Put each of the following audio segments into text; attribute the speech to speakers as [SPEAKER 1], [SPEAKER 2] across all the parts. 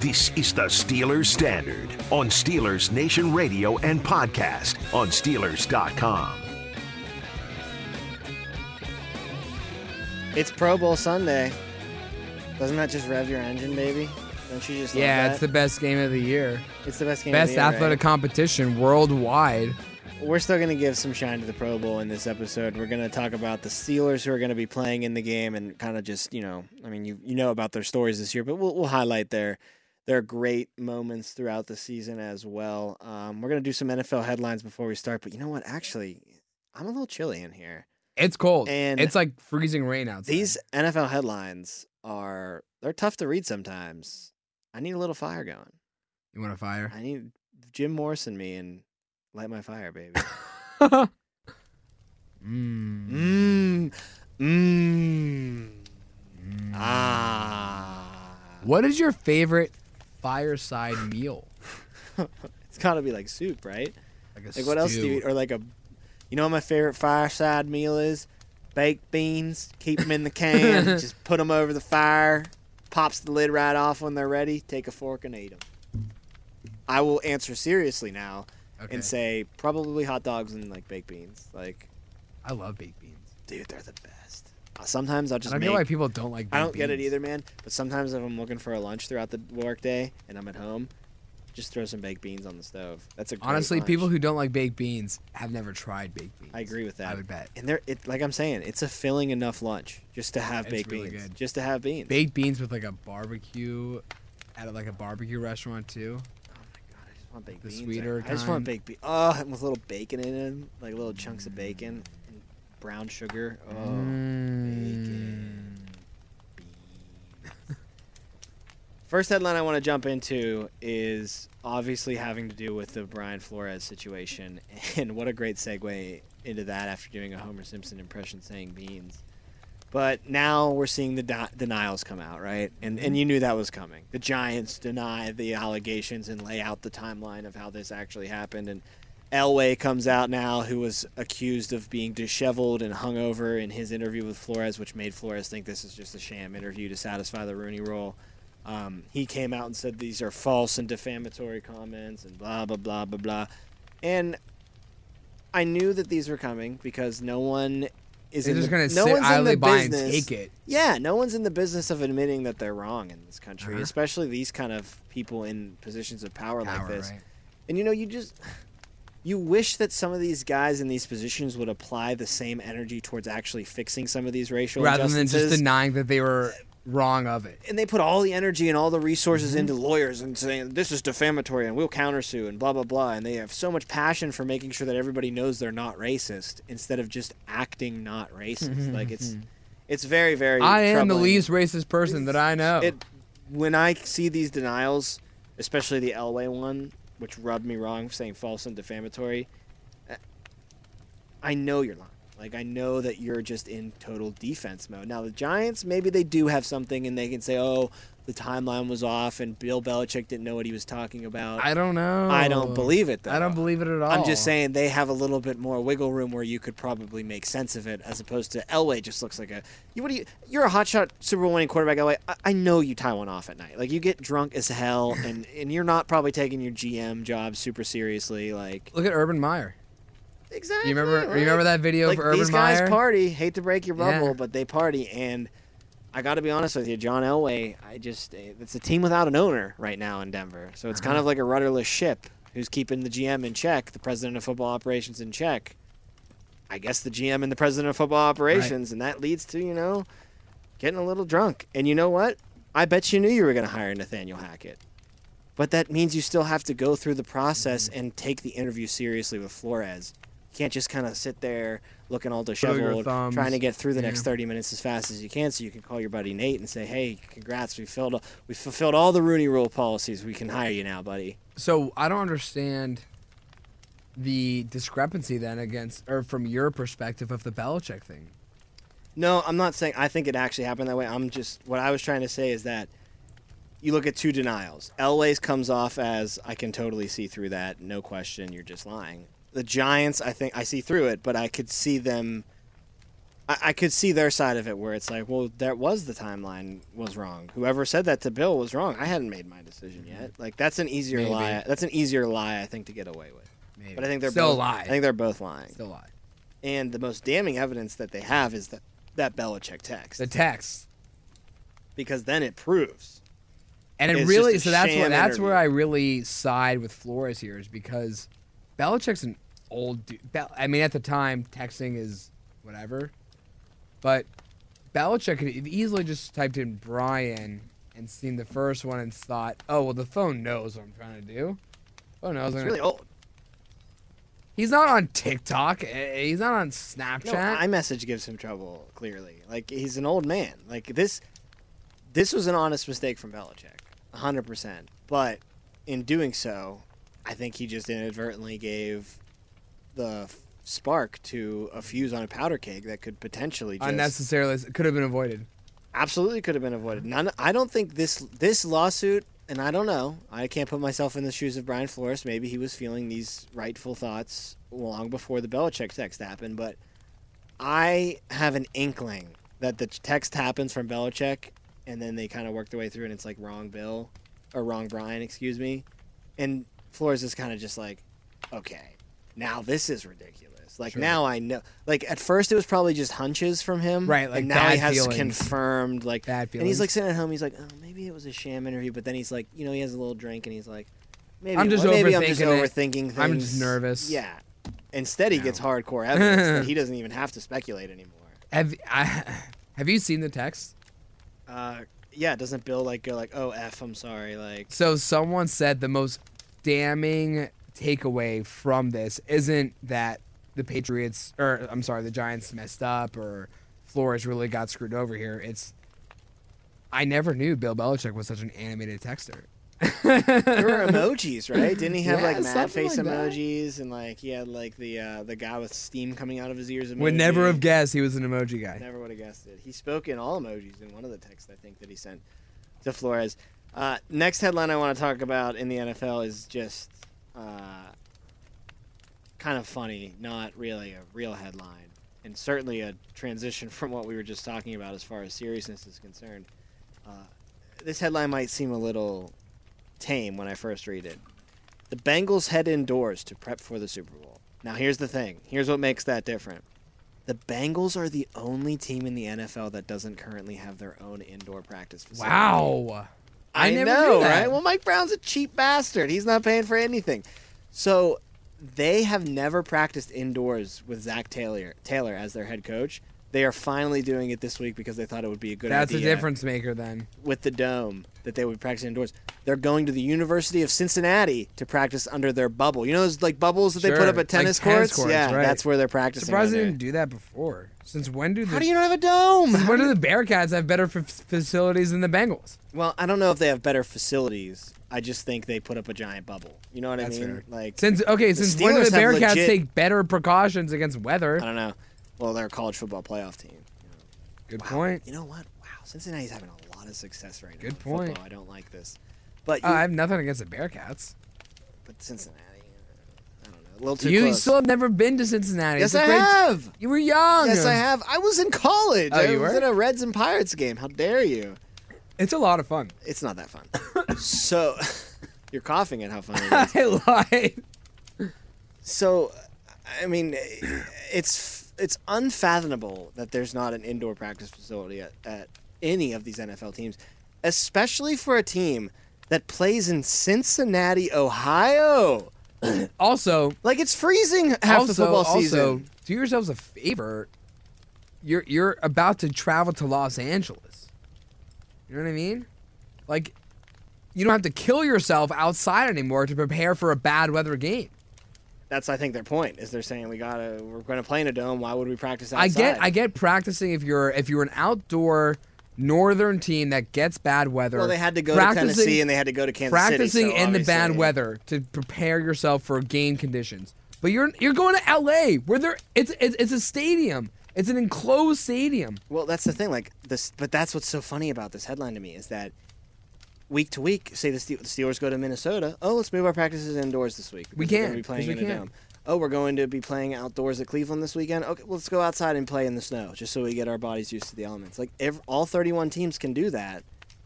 [SPEAKER 1] This is the Steelers Standard on Steelers Nation Radio and podcast on Steelers.com.
[SPEAKER 2] It's Pro Bowl Sunday. Doesn't that just rev your engine, baby? Don't you just? love
[SPEAKER 3] Yeah,
[SPEAKER 2] that?
[SPEAKER 3] it's the best game of the year.
[SPEAKER 2] it's the best game.
[SPEAKER 3] best
[SPEAKER 2] of the year,
[SPEAKER 3] athletic competition worldwide.
[SPEAKER 2] Right? We're still gonna give some shine to the Pro Bowl in this episode. We're gonna talk about the Steelers who are gonna be playing in the game and kind of just you know, I mean, you you know about their stories this year, but we'll we'll highlight their their great moments throughout the season as well. Um, we're gonna do some NFL headlines before we start, but you know what? Actually, I'm a little chilly in here.
[SPEAKER 3] It's cold.
[SPEAKER 2] And
[SPEAKER 3] it's like freezing rain outside.
[SPEAKER 2] These NFL headlines are they're tough to read sometimes. I need a little fire going.
[SPEAKER 3] you want a fire?
[SPEAKER 2] I need Jim Morrison me and light my fire, baby.
[SPEAKER 3] Mm.
[SPEAKER 2] Mmm. Mmm. Ah.
[SPEAKER 3] What is your favorite fireside meal?
[SPEAKER 2] It's got to be like soup, right?
[SPEAKER 3] Like, a
[SPEAKER 2] Like what else do you
[SPEAKER 3] stew.
[SPEAKER 2] eat? Or like a, you know what my favorite fireside meal is? Baked beans. Keep them in the can. just put them over the fire. Pops the lid right off when they're ready. Take a fork and eat them. I will answer seriously now
[SPEAKER 3] Okay.
[SPEAKER 2] and say probably hot dogs and like baked beans. Like,
[SPEAKER 3] I love baked beans.
[SPEAKER 2] dude, they're the best. Uh, Sometimes I'll just
[SPEAKER 3] I don't
[SPEAKER 2] make.
[SPEAKER 3] know why people don't like. Baked
[SPEAKER 2] I don't get it
[SPEAKER 3] beans.
[SPEAKER 2] either, man. But sometimes if I'm looking for a lunch throughout the workday and I'm at home, just throw some baked beans on the stove. That's a great
[SPEAKER 3] Honestly,
[SPEAKER 2] lunch.
[SPEAKER 3] people who don't like baked beans have never tried baked beans.
[SPEAKER 2] I agree with that.
[SPEAKER 3] I would bet.
[SPEAKER 2] And there, it like I'm saying, it's a filling enough lunch just to have
[SPEAKER 3] It's
[SPEAKER 2] baked
[SPEAKER 3] really
[SPEAKER 2] beans,
[SPEAKER 3] good.
[SPEAKER 2] just to have beans.
[SPEAKER 3] Baked beans with like a barbecue, at like a barbecue restaurant too.
[SPEAKER 2] oh my god, I just want baked
[SPEAKER 3] The
[SPEAKER 2] beans.
[SPEAKER 3] sweeter
[SPEAKER 2] I just want
[SPEAKER 3] kind.
[SPEAKER 2] baked beans. Oh, and with a little bacon in them, like little chunks of bacon and brown sugar. Oh,
[SPEAKER 3] Mm.
[SPEAKER 2] bacon. Beans. First headline I want to jump into is obviously having to do with the Brian Flores situation, and what a great segue into that after doing a Homer Simpson impression saying beans. But now we're seeing the de- denials come out, right? And and you knew that was coming. The Giants deny the allegations and lay out the timeline of how this actually happened. And Elway comes out now, who was accused of being disheveled and hungover in his interview with Flores, which made Flores think this is just a sham interview to satisfy the Rooney Rule. Um, he came out and said these are false and defamatory comments and blah blah blah blah blah. And I knew that these were coming because no one is
[SPEAKER 3] They're
[SPEAKER 2] in
[SPEAKER 3] just
[SPEAKER 2] the,
[SPEAKER 3] gonna
[SPEAKER 2] no
[SPEAKER 3] sit
[SPEAKER 2] one's in
[SPEAKER 3] idly
[SPEAKER 2] the
[SPEAKER 3] by
[SPEAKER 2] business.
[SPEAKER 3] and take it.
[SPEAKER 2] Yeah, no one's in the business of admitting that they're wrong in this country,
[SPEAKER 3] Uh-huh.
[SPEAKER 2] especially these kind of people in positions of power, like
[SPEAKER 3] Power,
[SPEAKER 2] this.
[SPEAKER 3] right?
[SPEAKER 2] And you know, you just you wish that some of these guys in these positions would apply the same energy towards actually fixing some of these racial
[SPEAKER 3] Rather than
[SPEAKER 2] injustices.
[SPEAKER 3] just denying that they were wrong of it.
[SPEAKER 2] and they put all the energy and all the resources
[SPEAKER 3] Mm-hmm.
[SPEAKER 2] into lawyers and saying this is defamatory and we'll countersue and blah blah blah and they have so much passion for making sure that everybody knows they're not racist instead of just acting not racist like it's it's very very
[SPEAKER 3] Mm-hmm, I am the
[SPEAKER 2] troubling.
[SPEAKER 3] least racist person that I know.
[SPEAKER 2] It when I see these denials, especially the Elway one, which rubbed me wrong, saying false and defamatory. uh, I know you're lying. Like I know that you're just in total defense mode. Now the Giants, maybe they do have something, and they can say, "Oh, the timeline was off, and Bill Belichick didn't know what he was talking about."
[SPEAKER 3] I don't know.
[SPEAKER 2] I don't believe it, though.
[SPEAKER 3] I don't believe it at all.
[SPEAKER 2] I'm just saying they have a little bit more wiggle room where you could probably make sense of it, as opposed to Elway just looks like a. You what do you? You're a hotshot Super Bowl winning quarterback, Elway. I, I know you tie one off at night. Like you get drunk as hell, and and you're not probably taking your GM job super seriously. Like
[SPEAKER 3] Look at Urban Meyer.
[SPEAKER 2] exactly.
[SPEAKER 3] You remember? Remember that video
[SPEAKER 2] Like
[SPEAKER 3] of Urban
[SPEAKER 2] these guys
[SPEAKER 3] Meyer?
[SPEAKER 2] party. Hate to break your bubble,
[SPEAKER 3] Yeah.
[SPEAKER 2] but they party and. I got to be honest with you, John Elway. I just eh, it's a team without an owner right now in Denver, so it's
[SPEAKER 3] Uh-huh.
[SPEAKER 2] kind of like a rudderless ship who's keeping the GM in check, the president of football operations in check. I guess the GM and the president of football operations, and that leads to you know getting a little drunk. And you know what? I bet you knew you were going to hire Nathaniel Hackett, but that means you still have to go through the process
[SPEAKER 3] Mm-hmm.
[SPEAKER 2] and take the interview seriously with Flores. You can't just kind of sit there looking all disheveled,
[SPEAKER 3] thumbs.
[SPEAKER 2] trying to get through the
[SPEAKER 3] Yeah.
[SPEAKER 2] next 30 minutes as fast as you can so you can call your buddy Nate and say, "Hey, congrats, we filled we fulfilled all the Rooney Rule policies. We can hire you now, buddy."
[SPEAKER 3] So I don't understand the discrepancy then against, or from your perspective of the Belichick thing.
[SPEAKER 2] No, I'm not saying I think it actually happened that way. I'm just what I was trying to say is that you look at two denials. Elway's comes off as I can totally see through that, no question, you're just lying. The Giants, I think I see through it, but I could see them I, I could see their side of it where it's like, well, that was the timeline was wrong. Whoever said that to Bill was wrong. I hadn't made my decision yet. Like that's an easier
[SPEAKER 3] Mm-hmm. Maybe.
[SPEAKER 2] lie. That's an easier lie I think to get away with.
[SPEAKER 3] Maybe.
[SPEAKER 2] But I think they're
[SPEAKER 3] still
[SPEAKER 2] both,
[SPEAKER 3] alive.
[SPEAKER 2] I think they're both lying.
[SPEAKER 3] still alive.
[SPEAKER 2] And the most damning evidence that they have is that that Belichick text
[SPEAKER 3] The text,
[SPEAKER 2] because then it proves.
[SPEAKER 3] and it
[SPEAKER 2] It's just
[SPEAKER 3] really
[SPEAKER 2] a
[SPEAKER 3] so that's where
[SPEAKER 2] sham
[SPEAKER 3] that's where I
[SPEAKER 2] interview.
[SPEAKER 3] really side with Flores here is because Belichick's an old dude. Bel- I mean, at the time, texting is whatever, but Belichick could have easily just typed in Brian and seen the first one and thought, oh well, the phone knows what I'm trying to do. Phone knows.
[SPEAKER 2] It's
[SPEAKER 3] I'm
[SPEAKER 2] really
[SPEAKER 3] gonna-
[SPEAKER 2] old.
[SPEAKER 3] He's not on TikTok. eh, He's not on Snapchat.
[SPEAKER 2] No, iMessage gives him trouble. Clearly, like he's an old man. Like this, this was an honest mistake from Belichick, hundred percent. But in doing so, I think he just inadvertently gave the f- spark to a fuse on a powder keg that could potentially just
[SPEAKER 3] unnecessarily it could have been avoided.
[SPEAKER 2] absolutely could have been avoided. None. I don't think this this lawsuit, and I don't know. I can't put myself in the shoes of Brian Flores. Maybe he was feeling these rightful thoughts long before the Belichick text happened. But I have an inkling that the text happens from Belichick, and then they kind of work their way through, and it's like wrong Bill or wrong Brian, excuse me. And Flores is kind of just like, okay, now this is ridiculous. Like
[SPEAKER 3] Sure.
[SPEAKER 2] now I know. Like at first it was probably just hunches from him,
[SPEAKER 3] Right, like,
[SPEAKER 2] and now he
[SPEAKER 3] bad
[SPEAKER 2] has
[SPEAKER 3] feelings.
[SPEAKER 2] confirmed, like
[SPEAKER 3] Bad
[SPEAKER 2] and
[SPEAKER 3] feelings.
[SPEAKER 2] he's like sitting at home. He's like, oh, maybe it was a sham interview. But then he's like, you know, he has a little drink, and he's like, maybe
[SPEAKER 3] I'm
[SPEAKER 2] it
[SPEAKER 3] just
[SPEAKER 2] wa- maybe I'm just
[SPEAKER 3] overthinking it.
[SPEAKER 2] overthinking things.
[SPEAKER 3] I'm just nervous.
[SPEAKER 2] Yeah. Instead, he
[SPEAKER 3] No.
[SPEAKER 2] gets hardcore evidence that he doesn't even have to speculate anymore.
[SPEAKER 3] Have I, have you seen the text?
[SPEAKER 2] Uh, yeah, doesn't Bill like go like, oh f, I'm sorry, like
[SPEAKER 3] So someone said the most damning takeaway from this isn't that the Patriots or I'm sorry, the Giants messed up or Flores really got screwed over here. It's I never knew Bill Belichick was such an animated texter.
[SPEAKER 2] there were emojis, right? Didn't he have
[SPEAKER 3] Yeah,
[SPEAKER 2] like mad
[SPEAKER 3] something
[SPEAKER 2] face
[SPEAKER 3] like that.
[SPEAKER 2] emojis and like he had like the uh, the guy with steam coming out of his ears? Emoji.
[SPEAKER 3] Would never have guessed he was an emoji guy.
[SPEAKER 2] Never would have guessed it. He spoke in all emojis in one of the texts I think that he sent to Flores. Uh, next headline I want to talk about in the NFL is just uh, kind of funny, not really a real headline, and certainly a transition from what we were just talking about as far as seriousness is concerned. Uh, this headline might seem a little tame when I first read it. The Bengals head indoors to prep for the Super Bowl. Now, here's the thing. Here's what makes that different. The Bengals are the only team in the NFL that doesn't currently have their own indoor practice facility.
[SPEAKER 3] Wow. I
[SPEAKER 2] I,
[SPEAKER 3] never
[SPEAKER 2] know,
[SPEAKER 3] knew that.
[SPEAKER 2] right? Well, Mike Brown's a cheap bastard. He's not paying for anything. So they have never practiced indoors with Zach Taylor Taylor as their head coach. They are finally doing it this week because they thought it would be a good
[SPEAKER 3] That's a
[SPEAKER 2] idea
[SPEAKER 3] difference maker then.
[SPEAKER 2] with the dome that they would practice indoors. They're going to the University of Cincinnati to practice under their bubble. You know those like bubbles that they
[SPEAKER 3] Sure,
[SPEAKER 2] put up
[SPEAKER 3] like
[SPEAKER 2] at tennis,
[SPEAKER 3] tennis
[SPEAKER 2] courts?
[SPEAKER 3] courts,
[SPEAKER 2] Yeah,
[SPEAKER 3] right.
[SPEAKER 2] that's where they're practicing.
[SPEAKER 3] Surprised they
[SPEAKER 2] under.
[SPEAKER 3] didn't do that before. Since when do the
[SPEAKER 2] How do you not have a dome?
[SPEAKER 3] Where do the Bearcats have better f- facilities than the Bengals?
[SPEAKER 2] Well, I don't know if they have better facilities. I just think they put up a giant bubble. You know what
[SPEAKER 3] That's
[SPEAKER 2] I mean?
[SPEAKER 3] fair.
[SPEAKER 2] Like
[SPEAKER 3] Since okay,
[SPEAKER 2] The
[SPEAKER 3] since when do the
[SPEAKER 2] Steelers have
[SPEAKER 3] Bearcats
[SPEAKER 2] legit-
[SPEAKER 3] take better precautions against weather?
[SPEAKER 2] I don't know. Well, they're a college football playoff team.
[SPEAKER 3] Good
[SPEAKER 2] Wow.
[SPEAKER 3] point.
[SPEAKER 2] You know what? Wow, Cincinnati's having a lot of success right now.
[SPEAKER 3] Good
[SPEAKER 2] in
[SPEAKER 3] point.
[SPEAKER 2] Football. I don't like this, but you,
[SPEAKER 3] Uh, I have nothing against the Bearcats.
[SPEAKER 2] but Cincinnati. uh, I don't know. A little too
[SPEAKER 3] You
[SPEAKER 2] close.
[SPEAKER 3] still have never been to Cincinnati.
[SPEAKER 2] yes,
[SPEAKER 3] It's a
[SPEAKER 2] I
[SPEAKER 3] great-
[SPEAKER 2] have.
[SPEAKER 3] You were young.
[SPEAKER 2] Yes, I have. I was in college.
[SPEAKER 3] Oh,
[SPEAKER 2] I
[SPEAKER 3] you
[SPEAKER 2] was
[SPEAKER 3] were?
[SPEAKER 2] at a Reds and Pirates game. How dare you?
[SPEAKER 3] It's a lot of fun.
[SPEAKER 2] It's not that fun. so, you're coughing at how fun it is.
[SPEAKER 3] I lied.
[SPEAKER 2] So, I mean, it's it's unfathomable that there's not an indoor practice facility at, at any of these NFL teams, especially for a team that plays in Cincinnati, Ohio.
[SPEAKER 3] Also,
[SPEAKER 2] Like it's freezing half
[SPEAKER 3] also,
[SPEAKER 2] the football
[SPEAKER 3] also,
[SPEAKER 2] season.
[SPEAKER 3] do yourselves a favor. You're you're about to travel to Los Angeles. You know what I mean? Like, you don't have to kill yourself outside anymore to prepare for a bad weather game.
[SPEAKER 2] That's I think their point is they're saying we gotta we're gonna play in a dome. Why would we practice outside?
[SPEAKER 3] I get I get practicing if you're if you're an outdoor northern team that gets bad weather.
[SPEAKER 2] Well, they had to go to
[SPEAKER 3] practicing-
[SPEAKER 2] Tennessee and they had to go to Kansas City.
[SPEAKER 3] practicing
[SPEAKER 2] so
[SPEAKER 3] in the bad
[SPEAKER 2] obviously-
[SPEAKER 3] weather to prepare yourself for game conditions. But you're you're going to LA where there it's it's, it's a stadium. It's an enclosed stadium.
[SPEAKER 2] Well, that's the thing. Like this, but that's what's so funny about this headline to me is that week to week, say the Ste- the Steelers go to Minnesota. Oh, let's move our practices indoors this week.
[SPEAKER 3] We
[SPEAKER 2] because we're
[SPEAKER 3] can't,
[SPEAKER 2] gonna be playing
[SPEAKER 3] 'cause
[SPEAKER 2] in
[SPEAKER 3] we
[SPEAKER 2] a
[SPEAKER 3] can't.
[SPEAKER 2] dome. oh, we're going to be playing outdoors at Cleveland this weekend. Okay, well, let's go outside and play in the snow just so we get our bodies used to the elements. Like ev all 31 teams can do that,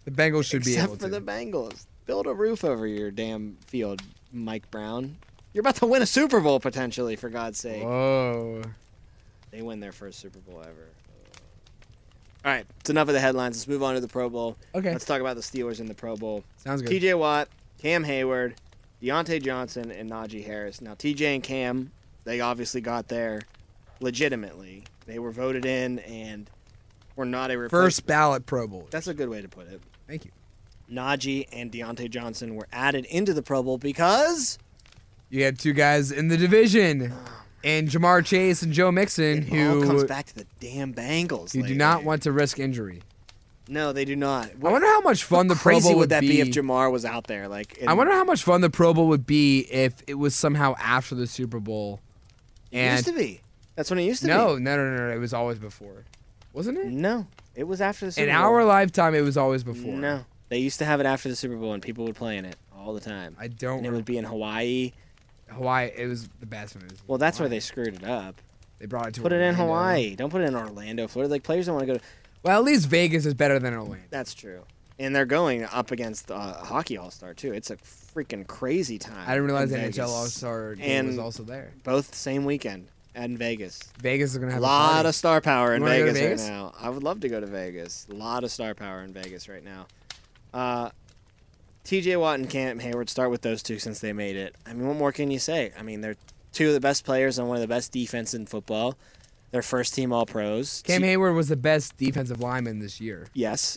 [SPEAKER 3] The Bengals should be
[SPEAKER 2] except
[SPEAKER 3] able
[SPEAKER 2] for the
[SPEAKER 3] to.
[SPEAKER 2] Bengals. Build a roof over your damn field, Mike Brown. You're about to win a Super Bowl potentially, for God's sake.
[SPEAKER 3] Whoa.
[SPEAKER 2] They win their first Super Bowl ever. All right, it's enough of the headlines. Let's move on to the Pro Bowl.
[SPEAKER 3] Okay.
[SPEAKER 2] Let's talk about the Steelers in the Pro Bowl.
[SPEAKER 3] Sounds good.
[SPEAKER 2] TJ Watt, Cam Hayward, Deontay Johnson, and Najee Harris. Now, TJ and Cam, they obviously got there legitimately. They were voted in and were not a replacement.
[SPEAKER 3] First ballot Pro Bowl.
[SPEAKER 2] That's a good way to put it.
[SPEAKER 3] Thank you.
[SPEAKER 2] Najee and Deontay Johnson were added into the Pro Bowl because
[SPEAKER 3] You had two guys in the division, and Jamar Chase and Joe Mixon,
[SPEAKER 2] it all comes
[SPEAKER 3] who
[SPEAKER 2] back to the damn Bengals.
[SPEAKER 3] you do
[SPEAKER 2] later.
[SPEAKER 3] not want to risk injury.
[SPEAKER 2] No, they do not.
[SPEAKER 3] I wonder how much fun the Pro
[SPEAKER 2] crazy
[SPEAKER 3] Bowl
[SPEAKER 2] would that be, if
[SPEAKER 3] be
[SPEAKER 2] Jamar was out there? Like,
[SPEAKER 3] I wonder how much fun the Pro Bowl would be if it was somehow after the Super Bowl.
[SPEAKER 2] it used
[SPEAKER 3] And
[SPEAKER 2] to be. That's when it used to
[SPEAKER 3] no, no,
[SPEAKER 2] be.
[SPEAKER 3] no, no, no, it was always before, wasn't it?
[SPEAKER 2] no, it was after the Super
[SPEAKER 3] In
[SPEAKER 2] Bowl.
[SPEAKER 3] our lifetime, it was always before.
[SPEAKER 2] No, they used to have it after the Super Bowl, and people would play in it all the time.
[SPEAKER 3] I don't.
[SPEAKER 2] And it
[SPEAKER 3] remember
[SPEAKER 2] would be in Hawaii.
[SPEAKER 3] Hawaii. It was the best one. It was
[SPEAKER 2] Well, that's where
[SPEAKER 3] Hawaii.
[SPEAKER 2] they screwed it up.
[SPEAKER 3] they brought it to.
[SPEAKER 2] Put it in
[SPEAKER 3] Orlando.
[SPEAKER 2] Hawaii. Don't put it in Orlando, Florida. Like players don't want to go. to...
[SPEAKER 3] Well, at least Vegas is better than Orlando.
[SPEAKER 2] That's true. And they're going up against uh, hockey all star too. It's a freaking crazy time.
[SPEAKER 3] I didn't realize
[SPEAKER 2] in
[SPEAKER 3] the
[SPEAKER 2] Vegas.
[SPEAKER 3] NHL All Star game
[SPEAKER 2] And-
[SPEAKER 3] was also there.
[SPEAKER 2] Both same weekend in Vegas.
[SPEAKER 3] Vegas is gonna
[SPEAKER 2] A
[SPEAKER 3] have
[SPEAKER 2] lot
[SPEAKER 3] a
[SPEAKER 2] of star power in
[SPEAKER 3] You wanna go to
[SPEAKER 2] Vegas,
[SPEAKER 3] Vegas?
[SPEAKER 2] right now. I would love to go to Vegas. A lot of star power in Vegas right now. Uh, TJ Watt and Cam Hayward start with those two since they made it. I mean, what more can you say? I mean, they're two of the best players on one of the best defense in football. They're first team All Pros.
[SPEAKER 3] Cam
[SPEAKER 2] T-
[SPEAKER 3] Hayward was the best defensive lineman this year.
[SPEAKER 2] yes.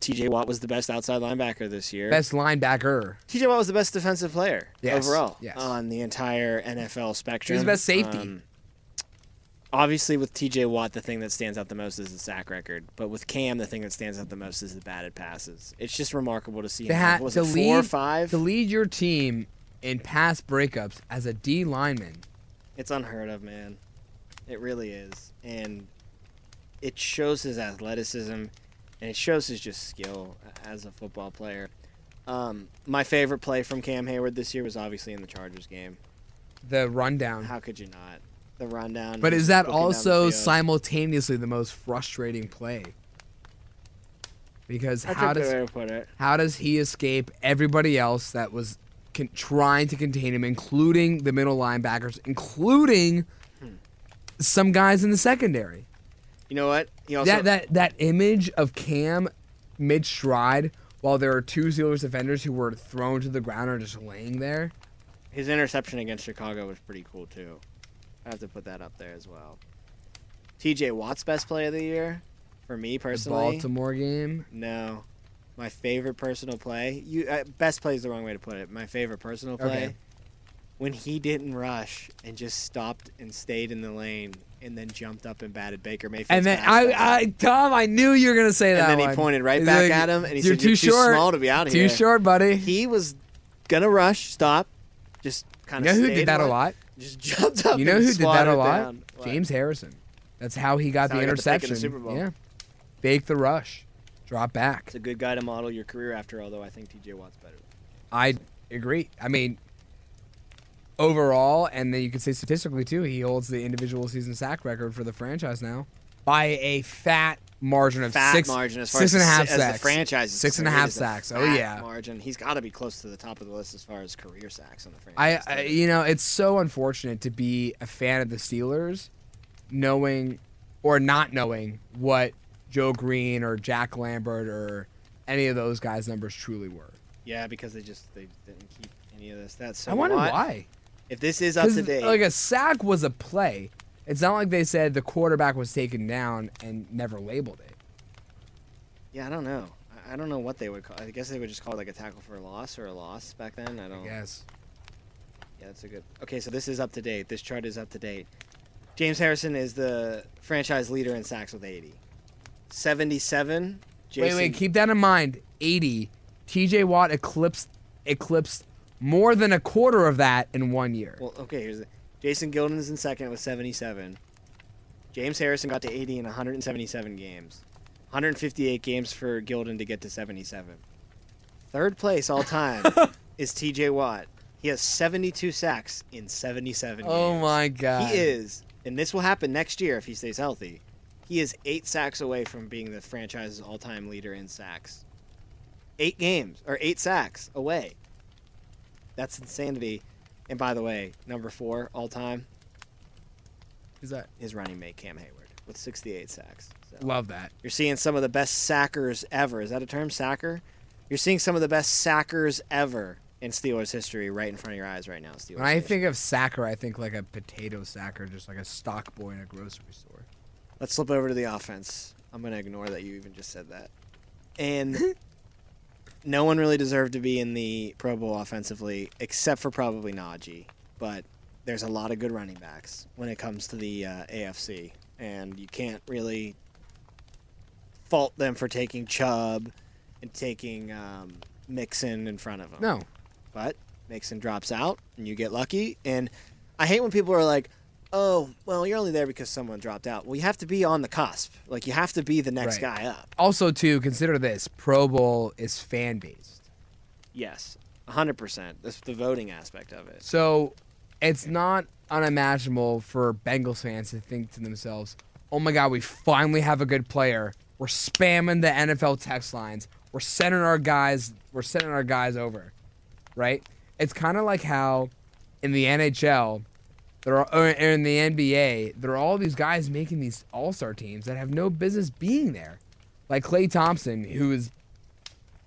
[SPEAKER 2] TJ Watt was the best outside linebacker this year.
[SPEAKER 3] Best linebacker.
[SPEAKER 2] TJ Watt was the best defensive player
[SPEAKER 3] Yes,
[SPEAKER 2] overall
[SPEAKER 3] yes.
[SPEAKER 2] on the entire NFL spectrum. Um,
[SPEAKER 3] the best safety.
[SPEAKER 2] obviously, with TJ Watt, the thing that stands out the most is the sack record. But with Cam, the thing that stands out the most is the batted passes. It's just remarkable to see.
[SPEAKER 3] To
[SPEAKER 2] him.
[SPEAKER 3] ha-
[SPEAKER 2] What was
[SPEAKER 3] to
[SPEAKER 2] it four or
[SPEAKER 3] lead-
[SPEAKER 2] five?
[SPEAKER 3] To lead your team in pass breakups as a D lineman.
[SPEAKER 2] it's unheard of, man. It really is, and it shows his athleticism, and it shows his just skill as a football player. Um, my favorite play from Cam Hayward this year was obviously in the Chargers game.
[SPEAKER 3] The rundown.
[SPEAKER 2] How could you not? The rundown.
[SPEAKER 3] But is that
[SPEAKER 2] looking down the
[SPEAKER 3] also
[SPEAKER 2] field.
[SPEAKER 3] simultaneously the most frustrating play? Because
[SPEAKER 2] That's
[SPEAKER 3] how
[SPEAKER 2] a good
[SPEAKER 3] does
[SPEAKER 2] way to put it.
[SPEAKER 3] how does he escape everybody else that was con- trying to contain him, including the middle linebackers, including
[SPEAKER 2] Hmm.
[SPEAKER 3] some guys in the secondary?
[SPEAKER 2] You know what? He also,
[SPEAKER 3] That that that image of Cam mid stride while there are two Steelers defenders who were thrown to the ground or just laying there.
[SPEAKER 2] his interception against Chicago was pretty cool too. I have to put that up there as well. T.J. Watt's best play of the year, for me
[SPEAKER 3] The
[SPEAKER 2] personally.
[SPEAKER 3] Baltimore game.
[SPEAKER 2] No, my favorite personal play. You uh, best play is the wrong way to put it. My favorite personal play.
[SPEAKER 3] Okay.
[SPEAKER 2] When he didn't rush and just stopped and stayed in the lane and then jumped up and batted Baker Mayfield.
[SPEAKER 3] And then I, I, Tom, I knew you were gonna say that.
[SPEAKER 2] and then he
[SPEAKER 3] one.
[SPEAKER 2] pointed right
[SPEAKER 3] He's
[SPEAKER 2] back
[SPEAKER 3] like,
[SPEAKER 2] at him and he
[SPEAKER 3] "You're
[SPEAKER 2] said,
[SPEAKER 3] too
[SPEAKER 2] "You're
[SPEAKER 3] short,
[SPEAKER 2] too small to be out
[SPEAKER 3] Too
[SPEAKER 2] here."
[SPEAKER 3] short, buddy.
[SPEAKER 2] he was gonna rush, stop, just
[SPEAKER 3] you
[SPEAKER 2] kind
[SPEAKER 3] know
[SPEAKER 2] of.
[SPEAKER 3] who did that a lot?
[SPEAKER 2] Just jumped up.
[SPEAKER 3] You know
[SPEAKER 2] and
[SPEAKER 3] who did that
[SPEAKER 2] swatted
[SPEAKER 3] a
[SPEAKER 2] it
[SPEAKER 3] lot?
[SPEAKER 2] down. What?
[SPEAKER 3] James Harrison. That's how he got
[SPEAKER 2] That's how
[SPEAKER 3] the
[SPEAKER 2] he got the pick
[SPEAKER 3] interception.
[SPEAKER 2] in the Super Bowl.
[SPEAKER 3] Yeah, fake the rush, drop back.
[SPEAKER 2] It's a good guy to model your career after. Although I think T.J. Watt's better.
[SPEAKER 3] I agree. I mean, overall, and then you could say statistically too, he holds the individual season sack record for the franchise now by a fat margin of
[SPEAKER 2] Fat
[SPEAKER 3] six
[SPEAKER 2] margin as far
[SPEAKER 3] six
[SPEAKER 2] as,
[SPEAKER 3] and a
[SPEAKER 2] the-
[SPEAKER 3] half
[SPEAKER 2] as
[SPEAKER 3] sacks.
[SPEAKER 2] the franchise. is
[SPEAKER 3] Six and a
[SPEAKER 2] concerned,
[SPEAKER 3] half
[SPEAKER 2] it is
[SPEAKER 3] sacks. Oh,
[SPEAKER 2] fat
[SPEAKER 3] yeah.
[SPEAKER 2] margin. He's got to be close to the top of the list as far as career sacks on the
[SPEAKER 3] I,
[SPEAKER 2] franchise.
[SPEAKER 3] I
[SPEAKER 2] too.
[SPEAKER 3] you know it's so unfortunate to be a fan of the Steelers, knowing or not knowing what Joe Green or Jack Lambert or any of those guys' numbers truly were.
[SPEAKER 2] yeah, because they just they didn't keep any of this. That's so
[SPEAKER 3] I wonder
[SPEAKER 2] Watt-
[SPEAKER 3] why.
[SPEAKER 2] If this is up
[SPEAKER 3] Because
[SPEAKER 2] to date,
[SPEAKER 3] like a sack was a play. It's not like they said the quarterback was taken down and never labeled it.
[SPEAKER 2] yeah, I don't know. I- I don't know what they would call. I guess they would just call it like a tackle for a loss or a loss back then. I don't.
[SPEAKER 3] Yes.
[SPEAKER 2] Yeah, that's a good. Okay, so this is up to date. This chart is up to date. James Harrison is the franchise leader in sacks with 80. 77. Jason,
[SPEAKER 3] Wait, wait, keep that in mind. 80. T.J. Watt eclipsed eclipsed more than a quarter of that in one year.
[SPEAKER 2] Well, okay, here's the, Jason Gilden is in second with 77. James Harrison got to 80 in 177 games. 158 games for Gilden to get to 77. Third place all time is TJ Watt. He has 72 sacks in 77
[SPEAKER 3] Oh
[SPEAKER 2] games.
[SPEAKER 3] my god.
[SPEAKER 2] He is, and this will happen next year if he stays healthy. He is eight sacks away from being the franchise's all-time leader in sacks. Eight games or eight sacks away. That's insanity. And by the way, number four all-time
[SPEAKER 3] Is that?
[SPEAKER 2] is running mate Cam Hayward with 68 sacks. So
[SPEAKER 3] Love that.
[SPEAKER 2] you're seeing some of the best sackers ever. Is that a term, sacker? You're seeing some of the best sackers ever in Steelers history right in front of your eyes right now, Steelers.
[SPEAKER 3] When I
[SPEAKER 2] Nation.
[SPEAKER 3] think of sacker, I think like a potato sacker, just like a stock boy in a grocery store.
[SPEAKER 2] Let's slip over to the offense. I'm going to ignore that you even just said that. And no one really deserved to be in the Pro Bowl offensively, except for probably Najee. But there's a lot of good running backs when it comes to the uh, AFC. And you can't really fault them for taking Chubb and taking um, Mixon in front of them
[SPEAKER 3] No.
[SPEAKER 2] but Mixon drops out and you get lucky. And I hate when people are like, "Oh, well, you're only there because someone dropped out." Well, you have to be on the cusp. Like you have to be the next
[SPEAKER 3] Right.
[SPEAKER 2] guy up.
[SPEAKER 3] Also, too, consider this: Pro Bowl is fan based,
[SPEAKER 2] Yes, 100. percent That's the voting aspect of it.
[SPEAKER 3] so it's not unimaginable for Bengals fans to think to themselves, "Oh my God, we finally have a good player. We're spamming the NFL text lines. We're sending our guys. We're sending our guys over." Right? It's kind of like how in the NHL. There are or in the NBA, there are all these guys making these all-star teams that have no business being there. Like Clay Thompson, who is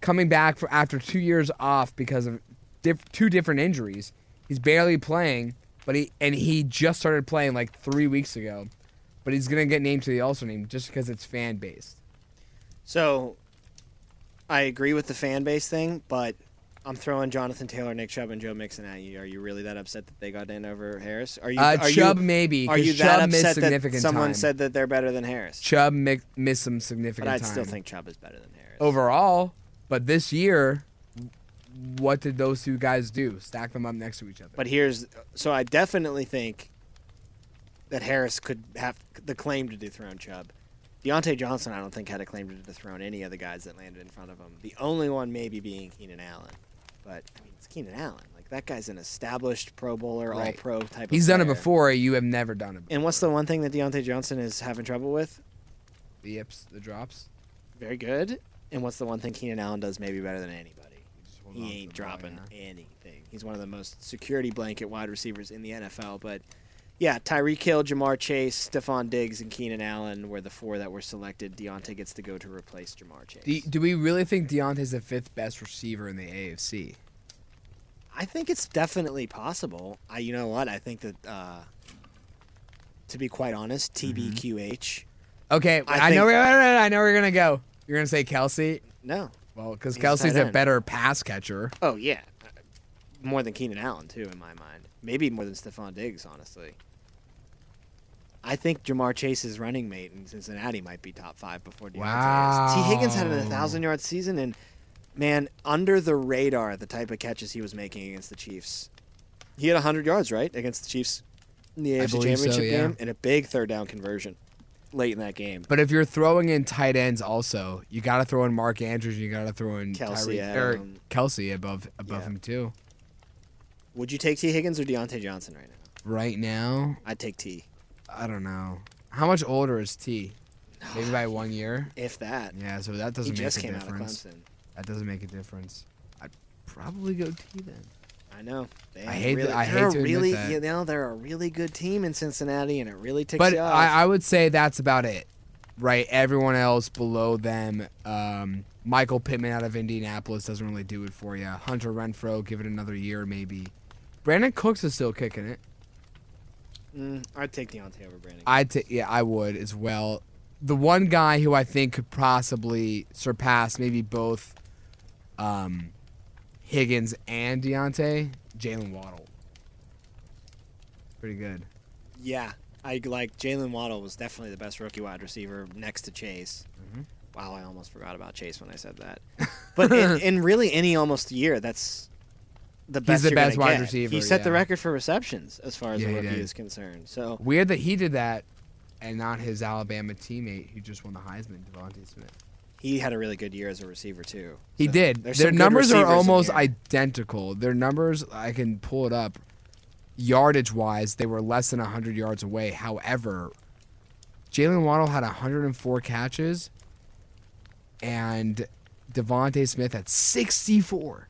[SPEAKER 3] coming back for after two years off because of diff- two different injuries. He's barely playing, but he and he just started playing like three weeks ago. But he's gonna get named to the All-Star team just because it's fan based.
[SPEAKER 2] So I agree with the fan base thing, but I'm throwing Jonathan Taylor, Nick Chubb, and Joe Mixon at you. Are you really that upset that they got in over Harris? Are you?
[SPEAKER 3] Uh,
[SPEAKER 2] are
[SPEAKER 3] Chubb
[SPEAKER 2] you,
[SPEAKER 3] maybe.
[SPEAKER 2] Are
[SPEAKER 3] 'cause
[SPEAKER 2] you
[SPEAKER 3] Chubb
[SPEAKER 2] that
[SPEAKER 3] missed
[SPEAKER 2] upset that
[SPEAKER 3] significant
[SPEAKER 2] someone
[SPEAKER 3] time.
[SPEAKER 2] said that they're better than Harris?
[SPEAKER 3] Chubb mi- missed some
[SPEAKER 2] But
[SPEAKER 3] significant
[SPEAKER 2] I
[SPEAKER 3] time
[SPEAKER 2] still think Chubb is better than Harris.
[SPEAKER 3] overall. But this year, what did those two guys do? Stack them up next to each other.
[SPEAKER 2] But here's so I definitely think that Harris could have the claim to dethrone Chubb. Deontay Johnson, I don't think had a claim to dethrone any of the guys that landed in front of him. The only one maybe being Keenan Allen, but I mean it's Keenan Allen. Like that guy's an established Pro Bowler,
[SPEAKER 3] Right.
[SPEAKER 2] All Pro type.
[SPEAKER 3] he's
[SPEAKER 2] of
[SPEAKER 3] done it
[SPEAKER 2] player.
[SPEAKER 3] before. You have never done it. Before.
[SPEAKER 2] And what's the one thing that Deontay Johnson is having trouble with?
[SPEAKER 3] the yips, the drops?
[SPEAKER 2] Very good. And what's the one thing Keenan Allen does maybe better than anybody?
[SPEAKER 3] Just hold on to
[SPEAKER 2] He ain't
[SPEAKER 3] the ball,
[SPEAKER 2] dropping
[SPEAKER 3] yeah.
[SPEAKER 2] anything. He's one of the most security blanket wide receivers in the NFL. But yeah, Tyreek Hill, Jamar Chase, Stephon Diggs, and Keenan Allen were the four that were selected. Deontay gets to go to replace Jamar Chase.
[SPEAKER 3] Do, do we really think Deontay's the fifth best receiver in the AFC?
[SPEAKER 2] I think it's definitely possible. I, you know what? I think that, uh, to be quite honest, TBQH.
[SPEAKER 3] Okay,
[SPEAKER 2] I
[SPEAKER 3] I, know.
[SPEAKER 2] think-
[SPEAKER 3] Wait, wait, wait, I know where you're gonna go. You're gonna say Kelsey.
[SPEAKER 2] No.
[SPEAKER 3] Well, because
[SPEAKER 2] He's a
[SPEAKER 3] Kelsey's
[SPEAKER 2] tight
[SPEAKER 3] a
[SPEAKER 2] end.
[SPEAKER 3] better pass catcher.
[SPEAKER 2] Oh yeah, more than Keenan Allen too, in my mind. Maybe more than Stephon Diggs, honestly. I think Jamar Chase's running mate in Cincinnati might be top five before Deontay. is. T. Higgins had
[SPEAKER 3] Wow.
[SPEAKER 2] a thousand yard season, and man, under the radar, the type of catches he was making against the Chiefs. He had hundred yards, right, against the Chiefs in the AFC
[SPEAKER 3] believe so,
[SPEAKER 2] Championship
[SPEAKER 3] yeah.
[SPEAKER 2] game, and a big third down conversion late in that game.
[SPEAKER 3] But if you're throwing in tight ends, also you got to throw in Mark Andrews and you got to throw in
[SPEAKER 2] Kelsey
[SPEAKER 3] Tyreek-
[SPEAKER 2] at
[SPEAKER 3] or
[SPEAKER 2] him.
[SPEAKER 3] Kelsey above above
[SPEAKER 2] Yeah.
[SPEAKER 3] him too.
[SPEAKER 2] Would you take T. Higgins or Deontay Johnson right now?
[SPEAKER 3] Right now,
[SPEAKER 2] I'd take T.
[SPEAKER 3] I don't know how much older is T. Maybe by one year.
[SPEAKER 2] If that,
[SPEAKER 3] Yeah, so that
[SPEAKER 2] he
[SPEAKER 3] doesn't make
[SPEAKER 2] just
[SPEAKER 3] a
[SPEAKER 2] came out of
[SPEAKER 3] difference.
[SPEAKER 2] Clemson.
[SPEAKER 3] That doesn't make a difference. I'd probably go T then.
[SPEAKER 2] I know. They
[SPEAKER 3] I
[SPEAKER 2] have
[SPEAKER 3] hate
[SPEAKER 2] really,
[SPEAKER 3] that- I
[SPEAKER 2] they're
[SPEAKER 3] hate to
[SPEAKER 2] a
[SPEAKER 3] admit
[SPEAKER 2] really,
[SPEAKER 3] that.
[SPEAKER 2] You know, they're a really good team in Cincinnati, and it really takes
[SPEAKER 3] But
[SPEAKER 2] you off.
[SPEAKER 3] I, I would say that's about it, right? Everyone else below them, um, Michael Pittman out of Indianapolis doesn't really do it for you. Hunter Renfro, give it another year maybe. Brandon Cooks is still kicking it.
[SPEAKER 2] mm, I'd take Deontay over Brandon.
[SPEAKER 3] I t- yeah, I would as well. The one guy who I think could possibly surpass maybe both um, Higgins and Deontay, Jalen Waddle. Pretty good.
[SPEAKER 2] yeah, I like Jalen Waddle was definitely the best rookie wide receiver next to Chase.
[SPEAKER 3] Mhm.
[SPEAKER 2] Wow, I almost forgot about Chase when I said that. But in, in really any almost year, that's the best.
[SPEAKER 3] the
[SPEAKER 2] you're gonna
[SPEAKER 3] best wide
[SPEAKER 2] get.
[SPEAKER 3] receiver,
[SPEAKER 2] He set the
[SPEAKER 3] yeah.
[SPEAKER 2] record for receptions as far as
[SPEAKER 3] Yeah,
[SPEAKER 2] a
[SPEAKER 3] he
[SPEAKER 2] rookie
[SPEAKER 3] did.
[SPEAKER 2] is concerned. So
[SPEAKER 3] Weird that he did that and not his Alabama teammate who just won the Heisman, Devontae Smith.
[SPEAKER 2] He had a really good year as a receiver too.
[SPEAKER 3] He
[SPEAKER 2] So,
[SPEAKER 3] did.
[SPEAKER 2] there's
[SPEAKER 3] Their
[SPEAKER 2] some good
[SPEAKER 3] numbers are
[SPEAKER 2] receivers in
[SPEAKER 3] almost
[SPEAKER 2] here.
[SPEAKER 3] identical. Their numbers, I can pull it up. Yardage wise, they were less than 100 yards away. However, Jalen Waddle had 104 catches, and Devontae Smith had 64,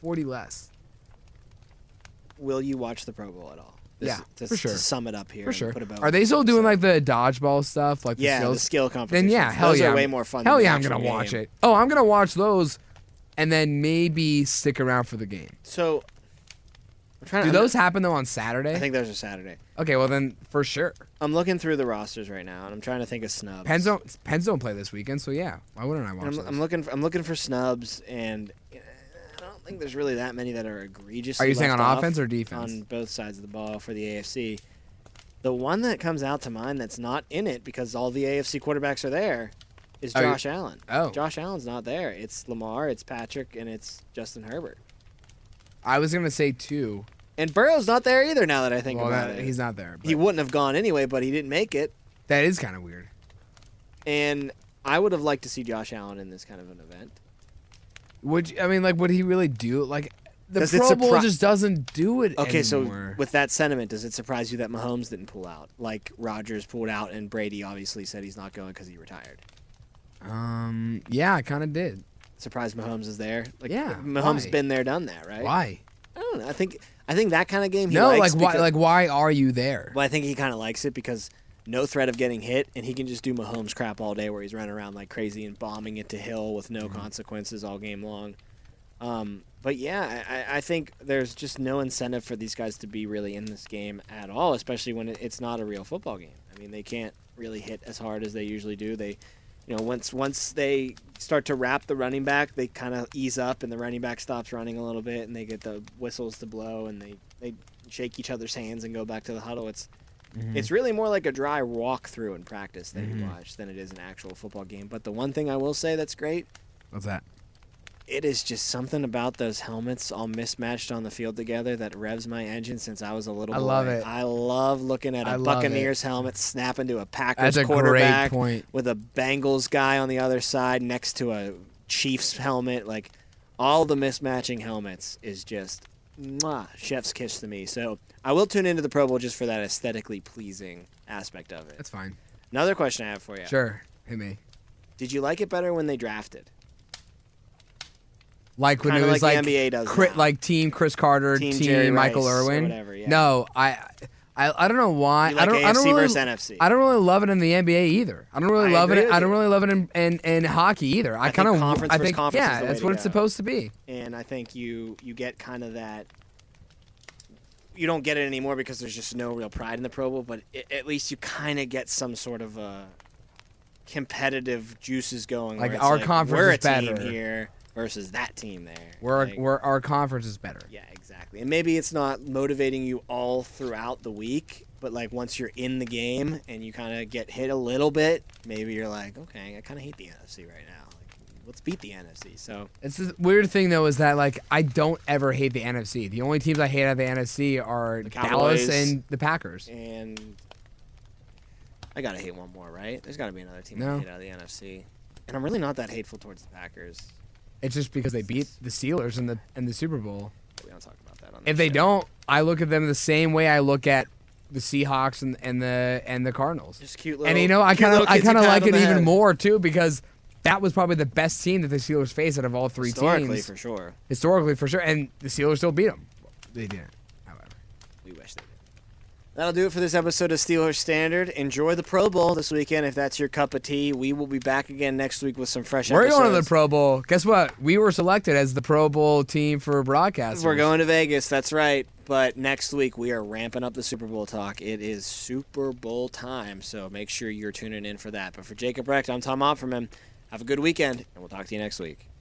[SPEAKER 3] 40 less.
[SPEAKER 2] Will you watch the Pro Bowl at all?
[SPEAKER 3] Yeah,
[SPEAKER 2] to,
[SPEAKER 3] for sure.
[SPEAKER 2] To sum it up here,
[SPEAKER 3] For
[SPEAKER 2] and
[SPEAKER 3] sure.
[SPEAKER 2] Put a bow
[SPEAKER 3] Are they still doing like the dodgeball stuff, like
[SPEAKER 2] yeah,
[SPEAKER 3] the skills?
[SPEAKER 2] the skill competition?
[SPEAKER 3] then yeah, hell
[SPEAKER 2] Those
[SPEAKER 3] yeah,
[SPEAKER 2] are
[SPEAKER 3] I'm-
[SPEAKER 2] way more fun.
[SPEAKER 3] Hell
[SPEAKER 2] than
[SPEAKER 3] yeah,
[SPEAKER 2] the
[SPEAKER 3] I'm gonna
[SPEAKER 2] actual
[SPEAKER 3] watch
[SPEAKER 2] game.
[SPEAKER 3] it. Oh, I'm gonna watch those, and then maybe stick around for the game.
[SPEAKER 2] So, I'm trying
[SPEAKER 3] Do
[SPEAKER 2] to. I'm-
[SPEAKER 3] those happen though on Saturday?
[SPEAKER 2] I think those are Saturday.
[SPEAKER 3] okay, well then for sure.
[SPEAKER 2] I'm looking through the rosters right now, and I'm trying to think of snubs.
[SPEAKER 3] Pens don't Pens don't play this weekend, so yeah. Why wouldn't I watch
[SPEAKER 2] And I'm,
[SPEAKER 3] those?
[SPEAKER 2] I'm looking. For, I'm looking for snubs, and uh, I don't think there's really that many that are egregious.
[SPEAKER 3] Are you saying on offense or defense?
[SPEAKER 2] On both sides of the ball for the AFC. The one that comes out to mind that's not in it because all the AFC quarterbacks are there is
[SPEAKER 3] Oh, you-
[SPEAKER 2] Josh Allen.
[SPEAKER 3] oh.
[SPEAKER 2] Josh Allen's not there. It's Lamar, it's Patrick, and it's Justin Herbert.
[SPEAKER 3] I was gonna say two.
[SPEAKER 2] And Burrow's not there either. Now that I think
[SPEAKER 3] well,
[SPEAKER 2] about
[SPEAKER 3] that-
[SPEAKER 2] it,
[SPEAKER 3] he's not there. But
[SPEAKER 2] he wouldn't have gone anyway, but he didn't make it.
[SPEAKER 3] that is kind of weird.
[SPEAKER 2] And I would have liked to see Josh Allen in this kind of an event.
[SPEAKER 3] Would you- I mean like would he really do like the
[SPEAKER 2] Does it
[SPEAKER 3] Pro Bowl
[SPEAKER 2] surpri-
[SPEAKER 3] just doesn't do it
[SPEAKER 2] Okay,
[SPEAKER 3] anymore.
[SPEAKER 2] so with that sentiment, does it surprise you that Mahomes didn't pull out? Like Rodgers pulled out, and Brady obviously said he's not going because he retired.
[SPEAKER 3] um yeah, I kind of did.
[SPEAKER 2] Surprised Mahomes is there. Like,
[SPEAKER 3] Yeah,
[SPEAKER 2] Mahomes
[SPEAKER 3] why?
[SPEAKER 2] been there, done that, right?
[SPEAKER 3] Why?
[SPEAKER 2] I don't know. I think I think that kind of game. He
[SPEAKER 3] No, like
[SPEAKER 2] likes
[SPEAKER 3] why
[SPEAKER 2] because-
[SPEAKER 3] like why are you there?
[SPEAKER 2] Well, I think he kind of likes it because no threat of getting hit, and he can just do Mahomes crap all day, where he's running around like crazy and bombing it to Hill with no consequences all game long. Um, but yeah, I, I- I think there's just no incentive for these guys to be really in this game at all, especially when it- it's not a real football game. I mean, they can't really hit as hard as they usually do. They, you know, once once they start to wrap the running back, they kind of ease up, and the running back stops running a little bit, and they get the whistles to blow, and they they shake each other's hands and go back to the huddle. It's it's really more like a dry walk through in practice that you watch than it is an actual football game. But the one thing I will say that's great
[SPEAKER 3] What's that?
[SPEAKER 2] it is just something about those helmets all mismatched on the field together that revs my engine since I was a little
[SPEAKER 3] I
[SPEAKER 2] boy.
[SPEAKER 3] love it.
[SPEAKER 2] I love looking at a
[SPEAKER 3] I love it.
[SPEAKER 2] Buccaneers helmet snap into a Packers
[SPEAKER 3] That's a
[SPEAKER 2] quarterback
[SPEAKER 3] great point.
[SPEAKER 2] with a Bengals guy on the other side next to a Chiefs helmet. Like all the mismatching helmets is just mwah, chef's kiss to me. So I will tune into the Pro Bowl just for that aesthetically pleasing aspect of it.
[SPEAKER 3] That's fine.
[SPEAKER 2] Another question I have for you.
[SPEAKER 3] Sure. Hit me.
[SPEAKER 2] Did you like it better when they drafted?
[SPEAKER 3] Like when
[SPEAKER 2] Kinda
[SPEAKER 3] it was
[SPEAKER 2] like
[SPEAKER 3] like,
[SPEAKER 2] the NBA does
[SPEAKER 3] Chri-
[SPEAKER 2] now.
[SPEAKER 3] like team Chris Carter,
[SPEAKER 2] Team
[SPEAKER 3] team,
[SPEAKER 2] Jerry
[SPEAKER 3] Michael
[SPEAKER 2] Rice or
[SPEAKER 3] Irwin.
[SPEAKER 2] whatever, yeah.
[SPEAKER 3] No, I, I, I don't know why.
[SPEAKER 2] You
[SPEAKER 3] I
[SPEAKER 2] like
[SPEAKER 3] don't. I don't
[SPEAKER 2] AFC
[SPEAKER 3] really,
[SPEAKER 2] versus NFC.
[SPEAKER 3] I don't really love it in the NBA either. I don't really
[SPEAKER 2] I
[SPEAKER 3] love it.
[SPEAKER 2] agree
[SPEAKER 3] in-
[SPEAKER 2] with
[SPEAKER 3] I don't
[SPEAKER 2] you.
[SPEAKER 3] really love it in, in, in hockey either. I,
[SPEAKER 2] think
[SPEAKER 3] kind of.
[SPEAKER 2] conference
[SPEAKER 3] I
[SPEAKER 2] versus
[SPEAKER 3] think
[SPEAKER 2] conference is
[SPEAKER 3] yeah,
[SPEAKER 2] the way
[SPEAKER 3] that's
[SPEAKER 2] to
[SPEAKER 3] what it's
[SPEAKER 2] go.
[SPEAKER 3] supposed to be.
[SPEAKER 2] and I think you you get kind of that. You don't get it anymore because there's just no real pride in the Pro Bowl, but i at least you kind of get some sort of uh, competitive juices going. where
[SPEAKER 3] Like,
[SPEAKER 2] it's
[SPEAKER 3] our conference
[SPEAKER 2] we're
[SPEAKER 3] is
[SPEAKER 2] a team
[SPEAKER 3] better.
[SPEAKER 2] here versus that team there.
[SPEAKER 3] Where
[SPEAKER 2] Like,
[SPEAKER 3] where our conference is better.
[SPEAKER 2] yeah, exactly. And maybe it's not motivating you all throughout the week, but like once you're in the game and you kind of get hit a little bit, maybe you're like, okay, I kind of hate the NFC right now. Like, let's beat the NFC. So
[SPEAKER 3] It's the weird thing though is that like I don't ever hate the NFC. The only teams I hate out of the NFC are
[SPEAKER 2] Cowboys.
[SPEAKER 3] Dallas and the Packers.
[SPEAKER 2] and I gotta hate one more, right? There's gotta be another team
[SPEAKER 3] No.
[SPEAKER 2] I hate out of the NFC, and I'm really not that hateful towards the Packers.
[SPEAKER 3] It's just because they beat the Steelers in the in the Super Bowl.
[SPEAKER 2] But we don't talk about that on.
[SPEAKER 3] If
[SPEAKER 2] this
[SPEAKER 3] they
[SPEAKER 2] show.
[SPEAKER 3] don't, I look at them the same way I look at the Seahawks and, and the and the Cardinals.
[SPEAKER 2] just cute little.
[SPEAKER 3] And you know, I
[SPEAKER 2] cute
[SPEAKER 3] kind of
[SPEAKER 2] little
[SPEAKER 3] I
[SPEAKER 2] kids you
[SPEAKER 3] kind of
[SPEAKER 2] pat
[SPEAKER 3] like
[SPEAKER 2] on
[SPEAKER 3] it
[SPEAKER 2] the
[SPEAKER 3] even
[SPEAKER 2] head.
[SPEAKER 3] more too because that was probably the best team that the Steelers faced out of all three
[SPEAKER 2] Historically,
[SPEAKER 3] teams
[SPEAKER 2] for sure,
[SPEAKER 3] historically for sure. And the Steelers still beat them. They didn't, however.
[SPEAKER 2] we wish they did. That'll do it for this episode of Steelers Standard. Enjoy the Pro Bowl this weekend if that's your cup of tea. We will be back again next week with some fresh.
[SPEAKER 3] We're going to the
[SPEAKER 2] episodes.
[SPEAKER 3] Pro Bowl. Guess what? We were selected as the Pro Bowl team for broadcast.
[SPEAKER 2] We're going to Vegas. That's right. But next week we are ramping up the Super Bowl talk. It is Super Bowl time, so make sure you're tuning in for that. But for Jacob Recht, I'm Tom Opperman. Have a good weekend, and we'll talk to you next week.